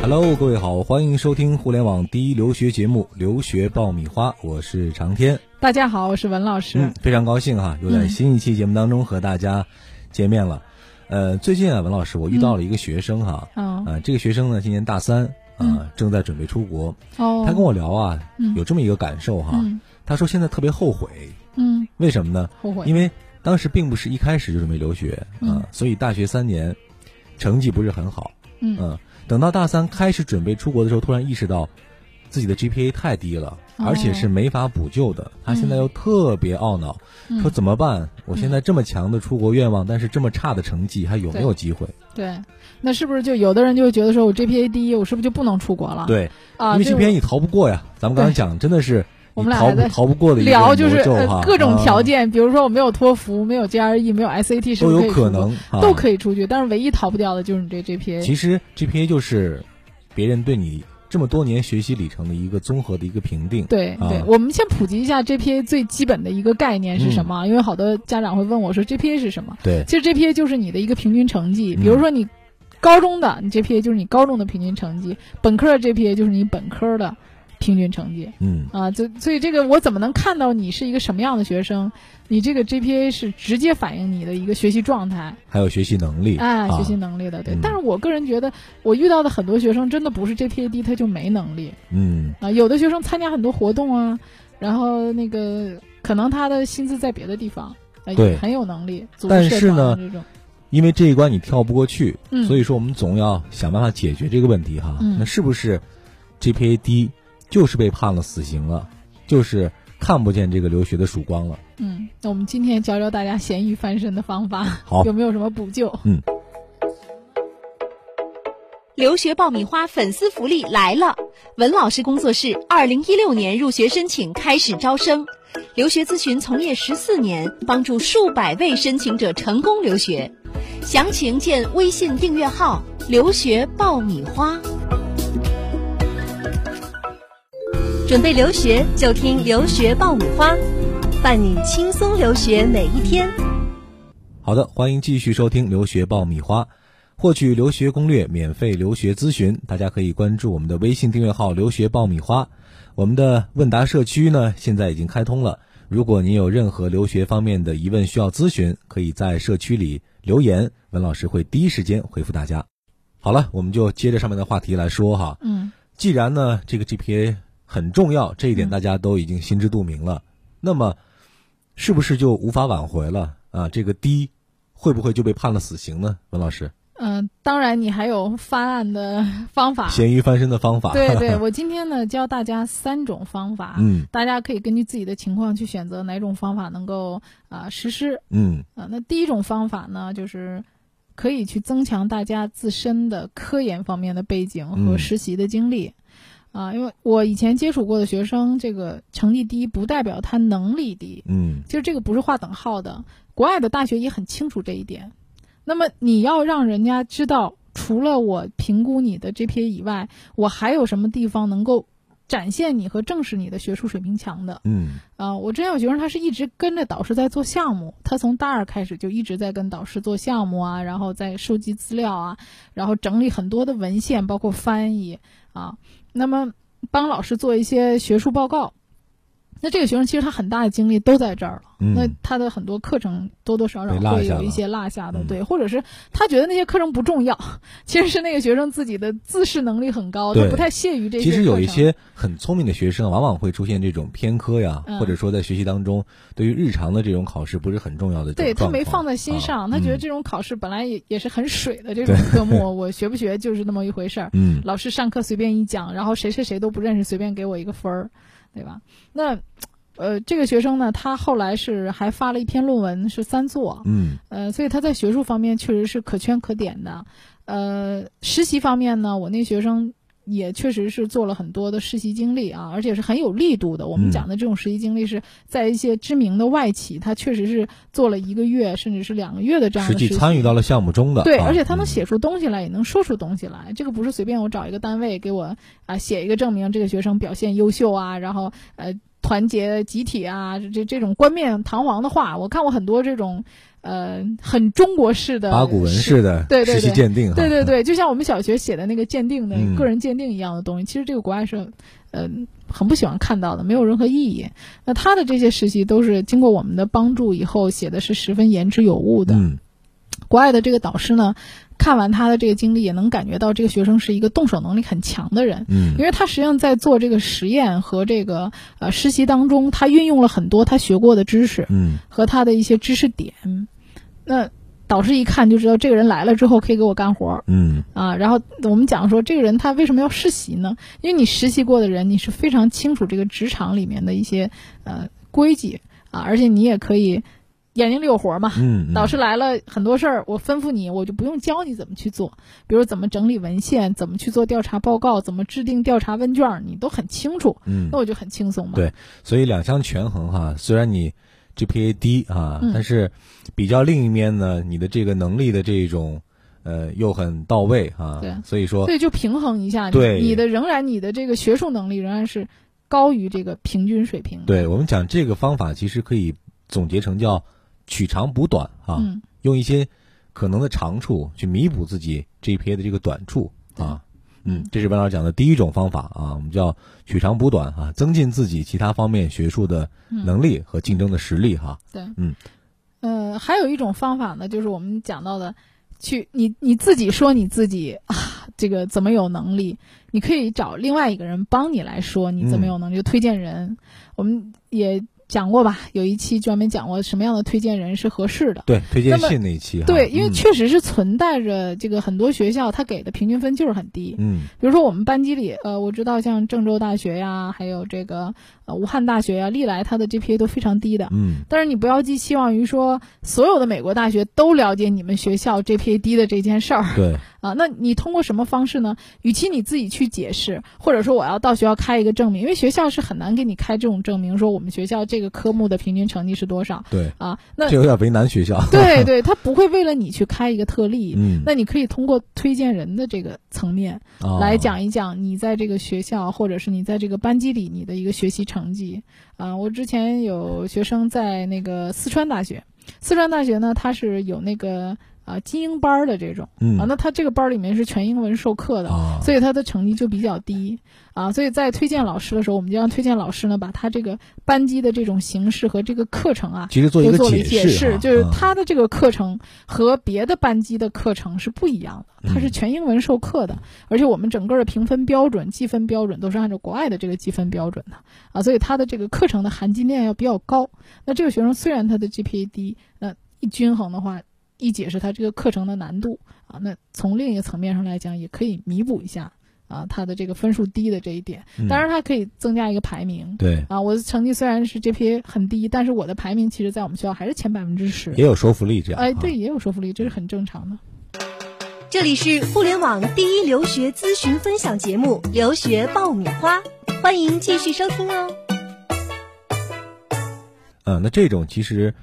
Hello，各位好，欢迎收听互联网第一留学节目《留学爆米花》，我是长天。大家好，我是文老师。嗯，非常高兴哈、又在新一期节目当中和大家见面了。呃，最近啊，文老师，我遇到了一个学生哈、哦嗯呃，这个学生呢，今年大三啊、正在准备出国。哦，呃他跟我聊啊，嗯有这么啊一个感受哈、嗯他说现在特别后悔，嗯为什么呢？后悔，因为当时并不是一开始就准备留学啊、嗯所以大学三年成绩不是很好。嗯嗯，等到大三开始准备出国的时候，突然意识到自己的 GPA 太低了，哦而且是没法补救的。他现在又特别懊恼，嗯说怎么办？我现在这么强的出国愿望，但是这么差的成绩，还有没有机会？对，那是不是就有的人就会觉得说我 GPA 低，我是不是就不能出国了？对，啊，因为这 GPA 你逃不过呀。咱们刚才讲，真的是我你们俩逃还不在逃不过的一个聊魔就是、咒哈呃、，各种条啊件，比如说我没有托福，没有 GRE，没有 SAT，是不都有是以可出国能，啊都可以出去，但是唯一逃不掉的就是你这 GPA。其实 GPA 就是别人对你这么多年学习里程的一个综合的一个评定。对啊对，我们先普及一下 GPA 最基本的一个概念是嗯什么，因为好多家长会问我说 GPA 是什么？对，其实 GPA 就是你的一个平均成绩，嗯比如说你高中的，你 GPA 就是你高中的平均成绩；本科的 GPA 就是你本科的平均成绩嗯，啊。就所以这个我怎么能看到你是一个什么样的学生？你这个 GPA 是直接反映你的一个学习状态还有学习能力啊，啊学习能力的。对，嗯但是我个人觉得，我遇到的很多学生真的不是 GPA 低他就没能力嗯，啊，有的学生参加很多活动啊，然后那个可能他的心思在别的地方。啊对很有能力，组织但社是团啊呢这种，因为这一关你跳不过去，嗯，所以说我们总要想办法解决这个问题哈。嗯那是不是 GPA 低就是被判了死刑了，就是看不见这个留学的曙光了？嗯，那我们今天教教大家咸鱼翻身的方法，好有，没有什么补救？留学爆米花粉丝福利来了！文老师工作室二零一六年入学申请开始招生，留学咨询从业十四年，帮助数百位申请者成功留学。详情见微信订阅号“留学爆米花”。准备留学就听留学爆米花，伴你轻松留学每一天。好的，欢迎继续收听《留学爆米花》，获取留学攻略、免费留学咨询，大家可以关注我们的微信订阅号“留学爆米花”。我们的问答社区呢，现在已经开通了。如果您有任何留学方面的疑问需要咨询，可以在社区里留言，文老师会第一时间回复大家。好了，我们就接着上面的话题来说哈。嗯，既然呢这个 GPA 很重要，这一点嗯大家都已经心知肚明了，那么是不是就无法挽回了啊？这个低会不会就被判了死刑呢？文老师，嗯、当然你还有翻案的方法。咸鱼翻身的方法，啊对啊对， 我今天呢教大家三种方法，啊 嗯大家可以根据自己的情况去选择哪种方法能够啊、实施嗯啊、那第一种方法呢，就是可以去增强大家自身的科研方面的背景和嗯实习的经历。啊，因为我以前接触过的学生，这个成绩低不代表他能力低，嗯其实这个不是划等号的，国外的大学也很清楚这一点。那么你要让人家知道，除了我评估你的 GPA 以外，我还有什么地方能够展现你和证实你的学术水平强的嗯啊、我之前有学生，他是一直跟着导师在做项目，他从大二开始就一直在跟导师做项目啊，然后在收集资料啊，然后整理很多的文献，包括翻译啊，那么帮老师做一些学术报告。那这个学生其实他很大的精力都在这儿了。嗯，那他的很多课程多多少少被落会下有一了些落下的，嗯对，或者是他觉得那些课程不重要， 其实是那个学生自己的自视能力很高，他对不太屑于这些。其实有一，些很聪明的学生，往往会出现这种偏科呀，嗯或者说在学习当中对于日常的这种考试不是很重要的这种对他状况，没放在嗯心上，他觉得啊这种考试本来也也是很水的这种科目，我学不学就是那么一回事儿。嗯嗯老师上课随便一讲，然后谁谁谁都不认识，随便给我一个分儿，对吧？那，呃，这个学生呢，他后来是还发了一篇论文，是三作，嗯呃，所以他在学术方面确实是可圈可点的。呃，实习方面呢，我那学生也确实是做了很多的实习经历啊，而且是很有力度的。我嗯们讲的这种实习经历是在一些知名的外企，他确实是做了一个月甚至是两个月的这样的实际习参与到了项目中的，对，啊而且他能嗯写出东西来，也能说出东西来。这个不是随便我找一个单位给我啊、写一个证明，这个学生表现优秀啊，然后呃。团结集体啊，这这这种冠冕堂皇的话，我看过很多这种，呃，很中国式的八股文式的对对实习对鉴定哈，对对对，就像我们小学写的那个鉴定的、嗯个人鉴定一样的东西，其实这个国外是，呃，很不喜欢看到的，没有任何意义。那他的这些实习都是经过我们的帮助以后写的是十分言之有物的。嗯国外的这个导师呢，看完他的这个经历，也能感觉到这个学生是一个动手能力很强的人。嗯因为他实际上在做这个实验和这个呃实习当中，他运用了很多他学过的知识嗯和他的一些知识点。那导师一看就知道这个人来了之后可以给我干活儿，嗯啊，然后我们讲说这个人他为什么要实习呢？因为你实习过的人，你是非常清楚这个职场里面的一些呃规矩啊，而且你也可以眼睛里有活儿嘛。嗯，嗯 导师来了，很多事儿我吩咐你，我就不用教你怎么去做，比如怎么整理文献，怎么去做调查报告，怎么制定调查问卷儿，你都很清楚，嗯那我就很轻松嘛。对所以两相权衡哈，虽然你 GPA 低啊，嗯但是比较另一面呢，你的这个能力的这种呃又很到位啊，对所以说所以就平衡一下，对你你的仍然你的这个学术能力仍然是高于这个平均水平。，对我们讲这个方法其实可以总结成叫取长补短啊，嗯。用一些可能的长处去弥补自己 GPA 的这个短处啊。嗯，这是文老师讲的第一种方法啊，我们叫取长补短啊，增进自己其他方面学术的嗯能力和竞争的实力哈、呃，还有一种方法呢，就是我们讲到的，去你你自己说你自己啊，这个怎么有能力？你可以找另外一个人帮你来说你怎么有能嗯力，就推荐人。我们也讲过吧，有一期专门讲过什么样的推荐人是合适的。对，推荐那么信那一期哈。对，因为嗯确实是存在着这个很多学校他给的平均分就是很低，嗯比如说我们班级里，呃，我知道像郑州大学呀，还有这个呃武汉大学呀，历来它的 GPA 都非常低的。嗯但是你不要寄希望于说所有的美国大学都了解你们学校 GPA 低的这件事儿对，啊。那你通过什么方式呢？与其你自己去解释，或者说我要到学校开一个证明，因为学校是很难给你开这种证明，说我们学校这个科目的平均成绩是多少对，啊？那这有点为难学校。对对，他不会为了你去开一个特例。嗯，那你可以通过推荐人的这个层面啊来，讲一讲你在这个学校或者是你在这个班级里你的一个学习成绩。啊、我之前有学生在那个四川大学，四川大学呢，它是有那个啊、精英班儿的这种嗯啊，那它这个班儿里面是全英文授课的。啊，所以他的成绩就比较低啊，所以在推荐老师的时候，我们就让推荐老师呢，把他这个班级的这种形式和这个课程啊，其实做一都个做了一解解释哈，就是啊他的这个课程和别的班级的课程是不一样的，嗯它是全英文授课的，而且我们整个的评分标准、计分标准都是按照国外的这个计分标准的啊，所以他的这个课程的含金量要比较高。那这个学生虽然他的 GPA 低，那一均衡的话，一解释他这个课程的难度啊，那从另一个层面上来讲，也可以弥补一下啊他的这个分数低的这一点，嗯当然它可以增加一个排名。对，啊，我的成绩虽然是 GPA 很低，但是我的排名其实在我们学校还是前百分之十。也有说服力这样。哎，啊对，，也有说服力，这是很正常的。这里是互联网第一留学咨询分享节目《留学爆米花》，欢迎继续收听哦。嗯，那这种其实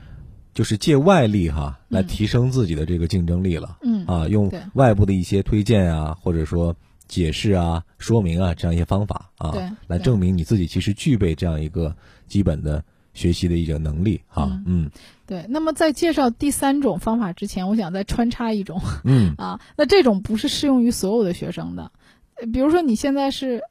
就是借外力哈来嗯提升自己的这个竞争力了。嗯，啊，用对外部的一些推荐啊，或者说解释啊、说明啊这样一些方法啊对，来对证明你自己其实具备这样一个基本的学习的一个能力哈、嗯对。那么在介绍第三种方法之前，我想再穿插一种嗯啊，那这种不是适用于所有的学生的，呃比如说你现在是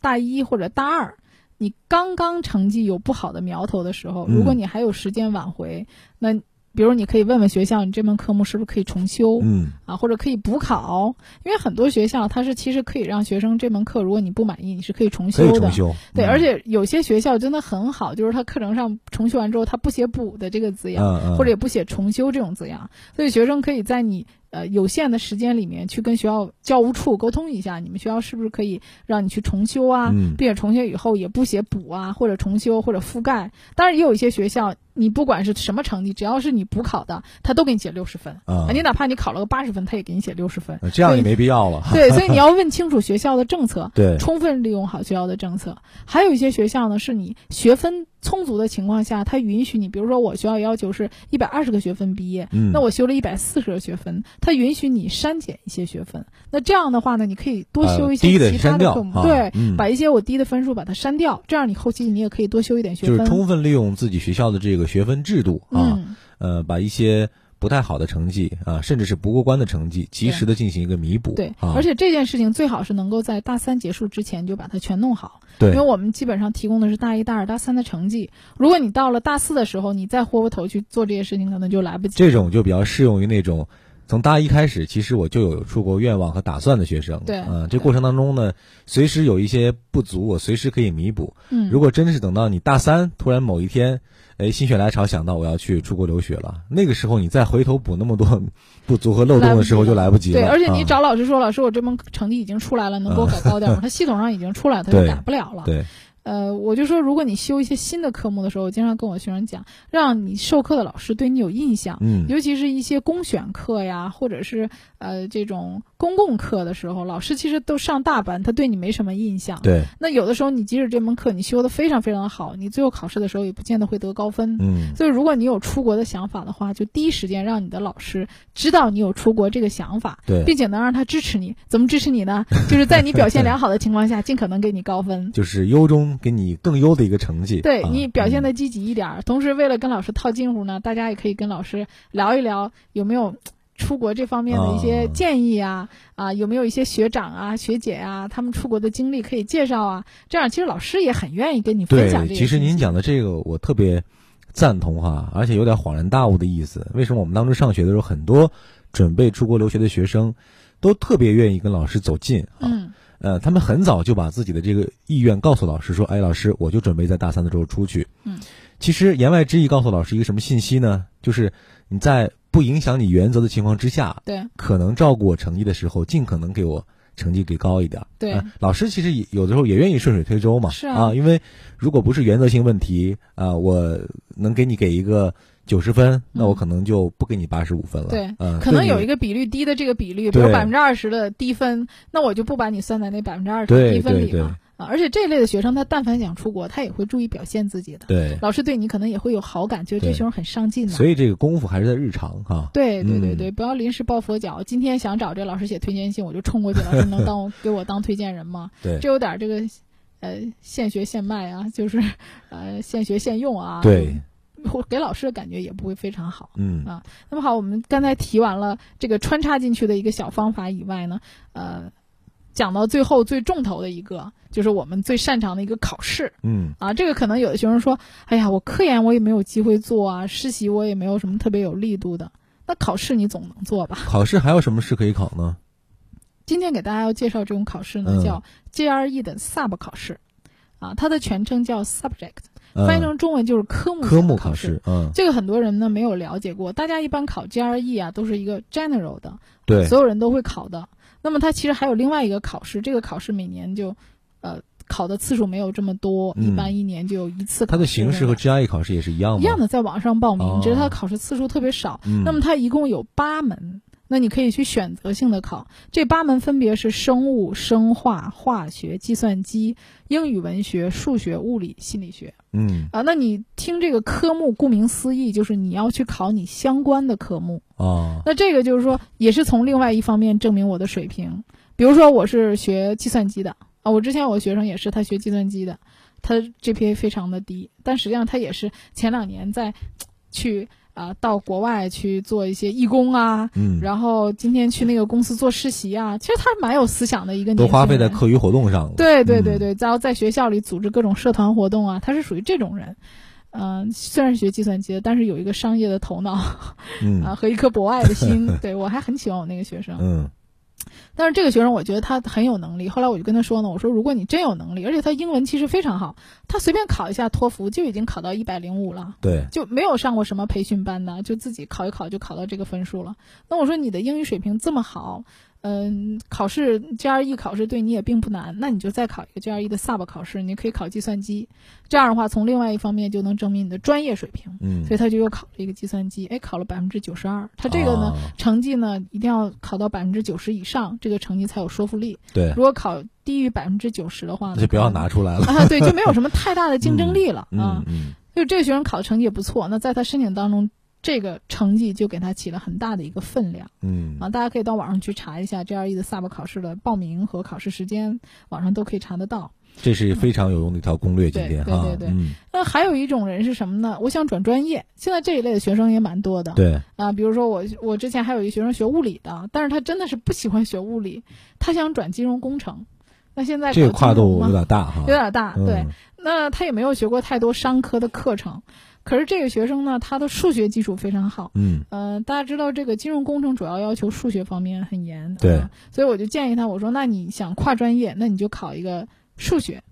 大一或者大二。你刚刚成绩有不好的苗头的时候，如果嗯你还有时间挽回，那比如你可以问问学校，你这门科目是不是可以重修？嗯啊，或者可以补考，因为很多学校它是其实可以让学生这门课，如果你不满意，你是可以重可修以的。重修。对，嗯而且有些学校真的很好，就是它课程上重修完之后，它不写“补”的这个字样，嗯嗯，或者也不写“重修”这种字样，所以学生可以在你呃有限的时间里面去跟学校教务处沟通一下，你们学校是不是可以让你去重修啊？嗯并且重修以后也不写补啊，或者重修或者覆盖。当然，也有一些学校，你不管是什么成绩，只要是你补考的，他都给你写六十分。啊啊，，你哪怕你考了个八十分，他也给你写六 十分。呃这样所也以没必要了。对，所以你要问清楚学校的政策，对，充分利用好学校的政策。还有一些学校呢，是你学分充足的情况下，它允许你，比如说我学校要求是一百二十个学分毕业，嗯那我修了一百四十个学分，它允许你删减一些学分。那这样的话呢，你可以多呃修一低些的其删他掉科目，啊对，嗯把一些我低的分数把它删掉，这样你后期你也可以多修一点学就是分。充分利用自己学校的这个学分制度啊，嗯，呃，把一些不太好的成绩啊，甚至是不过关的成绩，及时的进行一个弥补。对，啊而，且这件事情最好是能够在大三结束之前就把它全弄好，对因为，我们基本上提供的是大一、大二、大三的成绩。如果你到了大四的时候，你再豁过头去做这些事情，可能就来不及。这种就比较适用于那种从大一开始，其实我就有出国愿望和打算的学生。对嗯、这过程当中呢，随时有一些不足，我随时可以弥补。嗯，如果真是等到你大三，突然某一天，哎，心血来潮想到我要去出国留学了，那个时候你再回头补那么多不足和漏洞的时候就来不及了。对，而且你啊找老师说，老师我这门成绩已经出来了，能给我改高点吗？他系统上已经出来了，他就 对改不了了。对，呃，我就说，如果你修一些新的科目的时候，我经常跟我学生讲，让你授课的老师对你有印象。嗯，尤其是一些公选课呀，或者是呃这种公共课的时候，老师其实都上大班，他对你没什么印象。对，那有的时候你即使这门课你修的非常非常好，你最后考试的时候也不见得会得高分。嗯，所以，如果你有出国的想法的话，就第一时间让你的老师知道你有出国这个想法，对，并且能让他支持你。怎么支持你呢？就是在你表现良好的情况下，尽可能给你高分。就是优中给你更优的一个成绩。对啊你表现嗯的积极一点儿，同时为了跟老师套近乎呢，大家也可以跟老师聊一聊有没有出国这方面的一些哦建议啊啊，有没有一些学长啊、学姐啊，他们出国的经历可以介绍啊。这样其实老师也很愿意跟你分享对，这个。其实您，讲的这个我特别赞同哈，而且有点恍然大悟的意思。为什么我们当初上学的时候，很多准备出国留学的学生都特别愿意跟老师走近啊？嗯，呃，他们很早就把自己的这个意愿告诉老师说：“哎，老师，我就准备在大三的时候出去。”嗯，其实言外之意告诉老师一个什么信息呢？就是你在不影响你原则的情况之下，对可能照顾我成绩的时候，尽可能给我成绩给高一点儿。对呃老师其实也有的时候也愿意顺水推舟嘛。是啊啊因为如果不是原则性问题啊、我能给你给一个九十分，那我可能就不给你八十五分了。嗯对嗯，可能有一个个比率低的这个比率，比如对百分之二十的低分，那我就不把你算在那百分之二十对低分对里了啊。而且这类的学生，他但凡想出国，他也会注意表现自己的。对，老师对你可能也会有好感，觉得对这学生很上进呢、所以这个功夫还是在日常哈、对对对嗯对，不要临时抱佛脚。今天想找这老师写推荐信，我就冲过去，老师能当我给我当推荐人吗？对这有点这个，呃，现学现卖啊，就是，呃，现学现用啊。对，我给老师的感觉也不会非常好。嗯啊那么好，我们刚才提完了这个穿插进去的一个小方法以外呢，呃，讲到最后最重头的一个，就是我们最擅长的一个考试。嗯，啊，这个可能有的学生说，哎呀，我科研我也没有机会做啊，实习我也没有什么特别有力度的。那考试你总能做吧？考试还有什么试可以考呢？今天给大家要介绍这种考试呢，嗯叫 GRE 的 SUB 考试，啊，它的全称叫 Subject，嗯、翻译成中文就是科目科型的目考试。试，嗯，这个很多人呢没有了解过，大家一般考 GRE 啊都是一个 general 的，对，所有人都会考的。那么它其实还有另外一个考试，这个考试每年就，呃，考的次数没有这么多，嗯一般一年就有一次考它的试形式这和样 GRE 考试也是一样吗？一样的在网上报名，嗯哦只是它的考试次数特别少。嗯，那么它一共有八门，那你可以去选择性的考。这八门分别是生物、生化、化学、计算机、英语文学、数学、物理、心理学嗯啊。那你听这个科目，顾名思义就是你要去考你相关的科目。啊，那这个就是说，也是从另外一方面证明我的水平。比如说，我是学计算机的啊，我之前我学生也是，他学计算机的，他 GPA 非常的低，但实际上他也是前两年在去啊、到国外去做一些义工啊，嗯，然后今天去那个公司做实习啊，其实他蛮有思想的一个年都轻人。花费在课余活动上了。对对嗯对对，然后在学校里组织各种社团活动啊，他是属于这种人。嗯、虽然是学计算机的，但是有一个商业的头脑。啊，嗯和一颗博爱的心。 对我还很喜欢我那个学生，嗯但是这个学生我觉得他很有能力。后来我就跟他说呢，我说如果你真有能力，而且他英文其实非常好，他随便考一下托福就已经考到一百零五了。对，就没有上过什么培训班的，就自己考一考就考到这个分数了。那我说你的英语水平这么好，嗯，考试 GRE 考试对你也并不难，那你就再考一个 GRE 的 Sub 考试，你可以考计算机，这样的话从另外一方面就能证明你的专业水平。嗯所以他就又考了一个计算机，哎，考了百分之九十二。他这个呢，啊成绩呢一定要考到百分之九十以上，这个成绩才有说服力。对，如果考低于百分之九十的话呢，那就不要拿出来了。啊，对，就没有什么太大的竞争力了、嗯。啊嗯，就这个学生考成绩也不错，那在他申请当中，这个成绩就给他起了很大的一个分量嗯啊！大家可以到网上去查一下 GRE 的 SUB 考试的报名和考试时间，网上都可以查得到。这是非常有用的一条攻略，今天对哈，对对对嗯，那还有一种人是什么呢？我想转专业，现在这一类的学生也蛮多的。对，啊，比如说我我之前还有一个学生学物理的，但是他真的是不喜欢学物理，他想转金融工程。那现在这个搞跨金融度嘛有点大哈有，点大，嗯对。那他也没有学过太多商科的课程，可是这个学生呢，他的数学基础非常好。嗯呃，大家知道这个金融工程主要要求数学方面很严，对啊所以我就建议他，我说那你想跨专业，那你就考一个数学，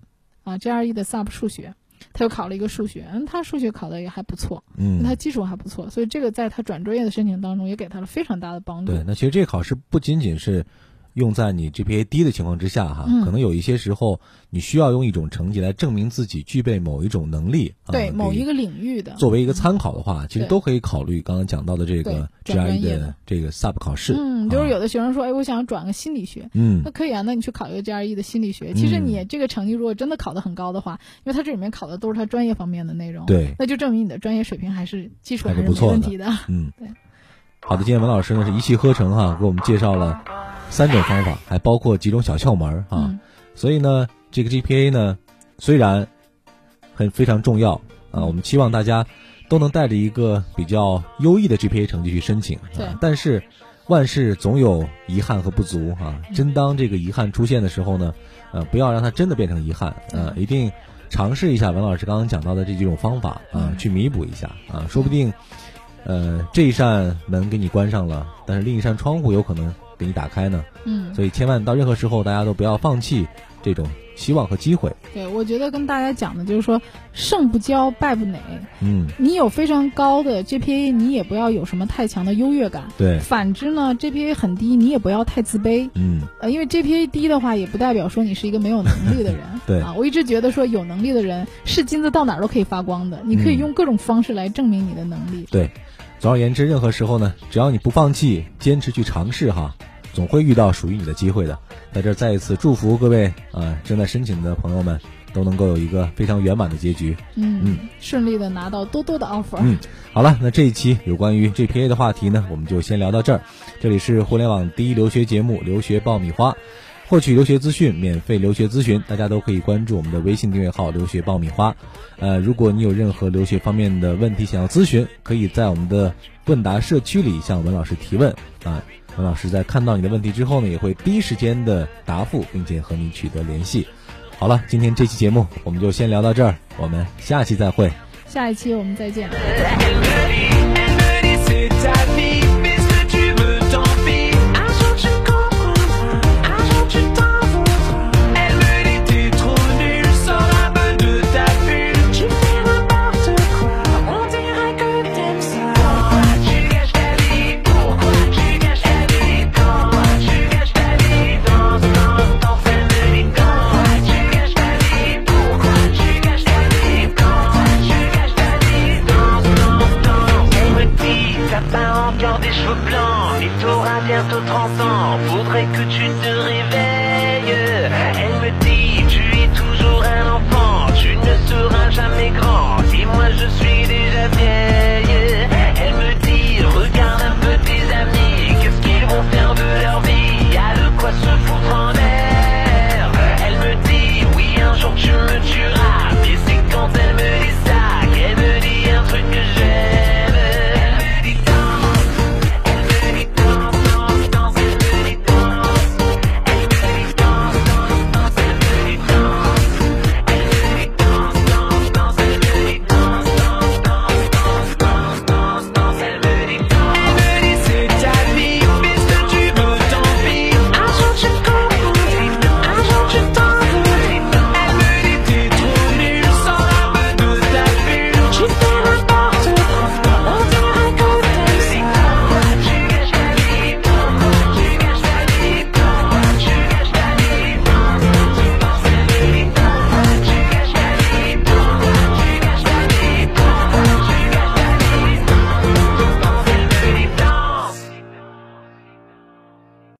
啊，GRE 的 Sub 数学，他就考了一个数学，嗯，他数学考的也还不错，嗯，他基础还不错，所以这个在他转专业的申请当中也给他了非常大的帮助。对，那其实这个考试不仅仅是用在你 GPA 低的情况之下哈，嗯可能有一些时候你需要用一种成绩来证明自己具备某一种能力，啊对某比一个领域的，作为一个参考的话，其实对都可以考虑刚刚讲到的这个对转专 GRE 业的这个 Sub 考试，嗯，就是啊有的学生说，哎，我想转个心理学，嗯那可以啊，那你去考一个 GRE 的心理学。其实你这个成绩如果真的考得很高的话，因为它这里面考的都是它专业方面的内容，，对那就证明你的专业水平还是基础还还是是不没错问的题的。嗯对。好的，今天文老师呢是一气呵成哈，给我们介绍了三种方法，还包括几种小窍门儿哈。嗯，所以呢，这个 GPA 呢，虽然很非常重要啊，我们期望大家都能带着一个比较优异的 GPA 成绩去申请。对啊，但是万事总有遗憾和不足啊。真当这个遗憾出现的时候呢，呃，不要让它真的变成遗憾，呃，一定尝试一下文老师刚刚讲到的这几种方法啊，去弥补一下啊，说不定。呃，这一扇门给你关上了，但是另一扇窗户有可能给你打开呢。嗯，所以千万到任何时候，大家都不要放弃这种希望和机会。对，我觉得跟大家讲的就是说，胜不骄，败不馁。嗯，你有非常高的 GPA，你也不要有什么太强的优越感。对，反之呢，GPA 很低，你也不要太自卑。嗯，。呃，因为 GPA 低的话，也不代表说你是一个没有能力的人 对啊，我一直觉得说有能力的人是金子，到哪儿都可以发光的。你可以嗯用各种方式来证明你的能力。对。总而言之，任何时候呢，只要你不放弃，坚持去尝试哈，总会遇到属于你的机会的。在这儿再一次祝福各位呃正在申请的朋友们都能够有一个非常圆满的结局。嗯，嗯顺利的拿到多多的 offer。嗯好了，那这一期有关于 GPA 的话题呢，我们就先聊到这儿。这里是互联网第一留学节目《留学爆米花》，获取留学资讯、免费留学咨询，大家都可以关注我们的微信订阅号“留学爆米花”。呃，如果你有任何留学方面的问题想要咨询，可以在我们的问答社区里向文老师提问啊。文老师在看到你的问题之后呢，也会第一时间的答复，并且和你取得联系。好了，今天这期节目我们就先聊到这儿，我们下期再会。下一期我们再见。 Sit tight.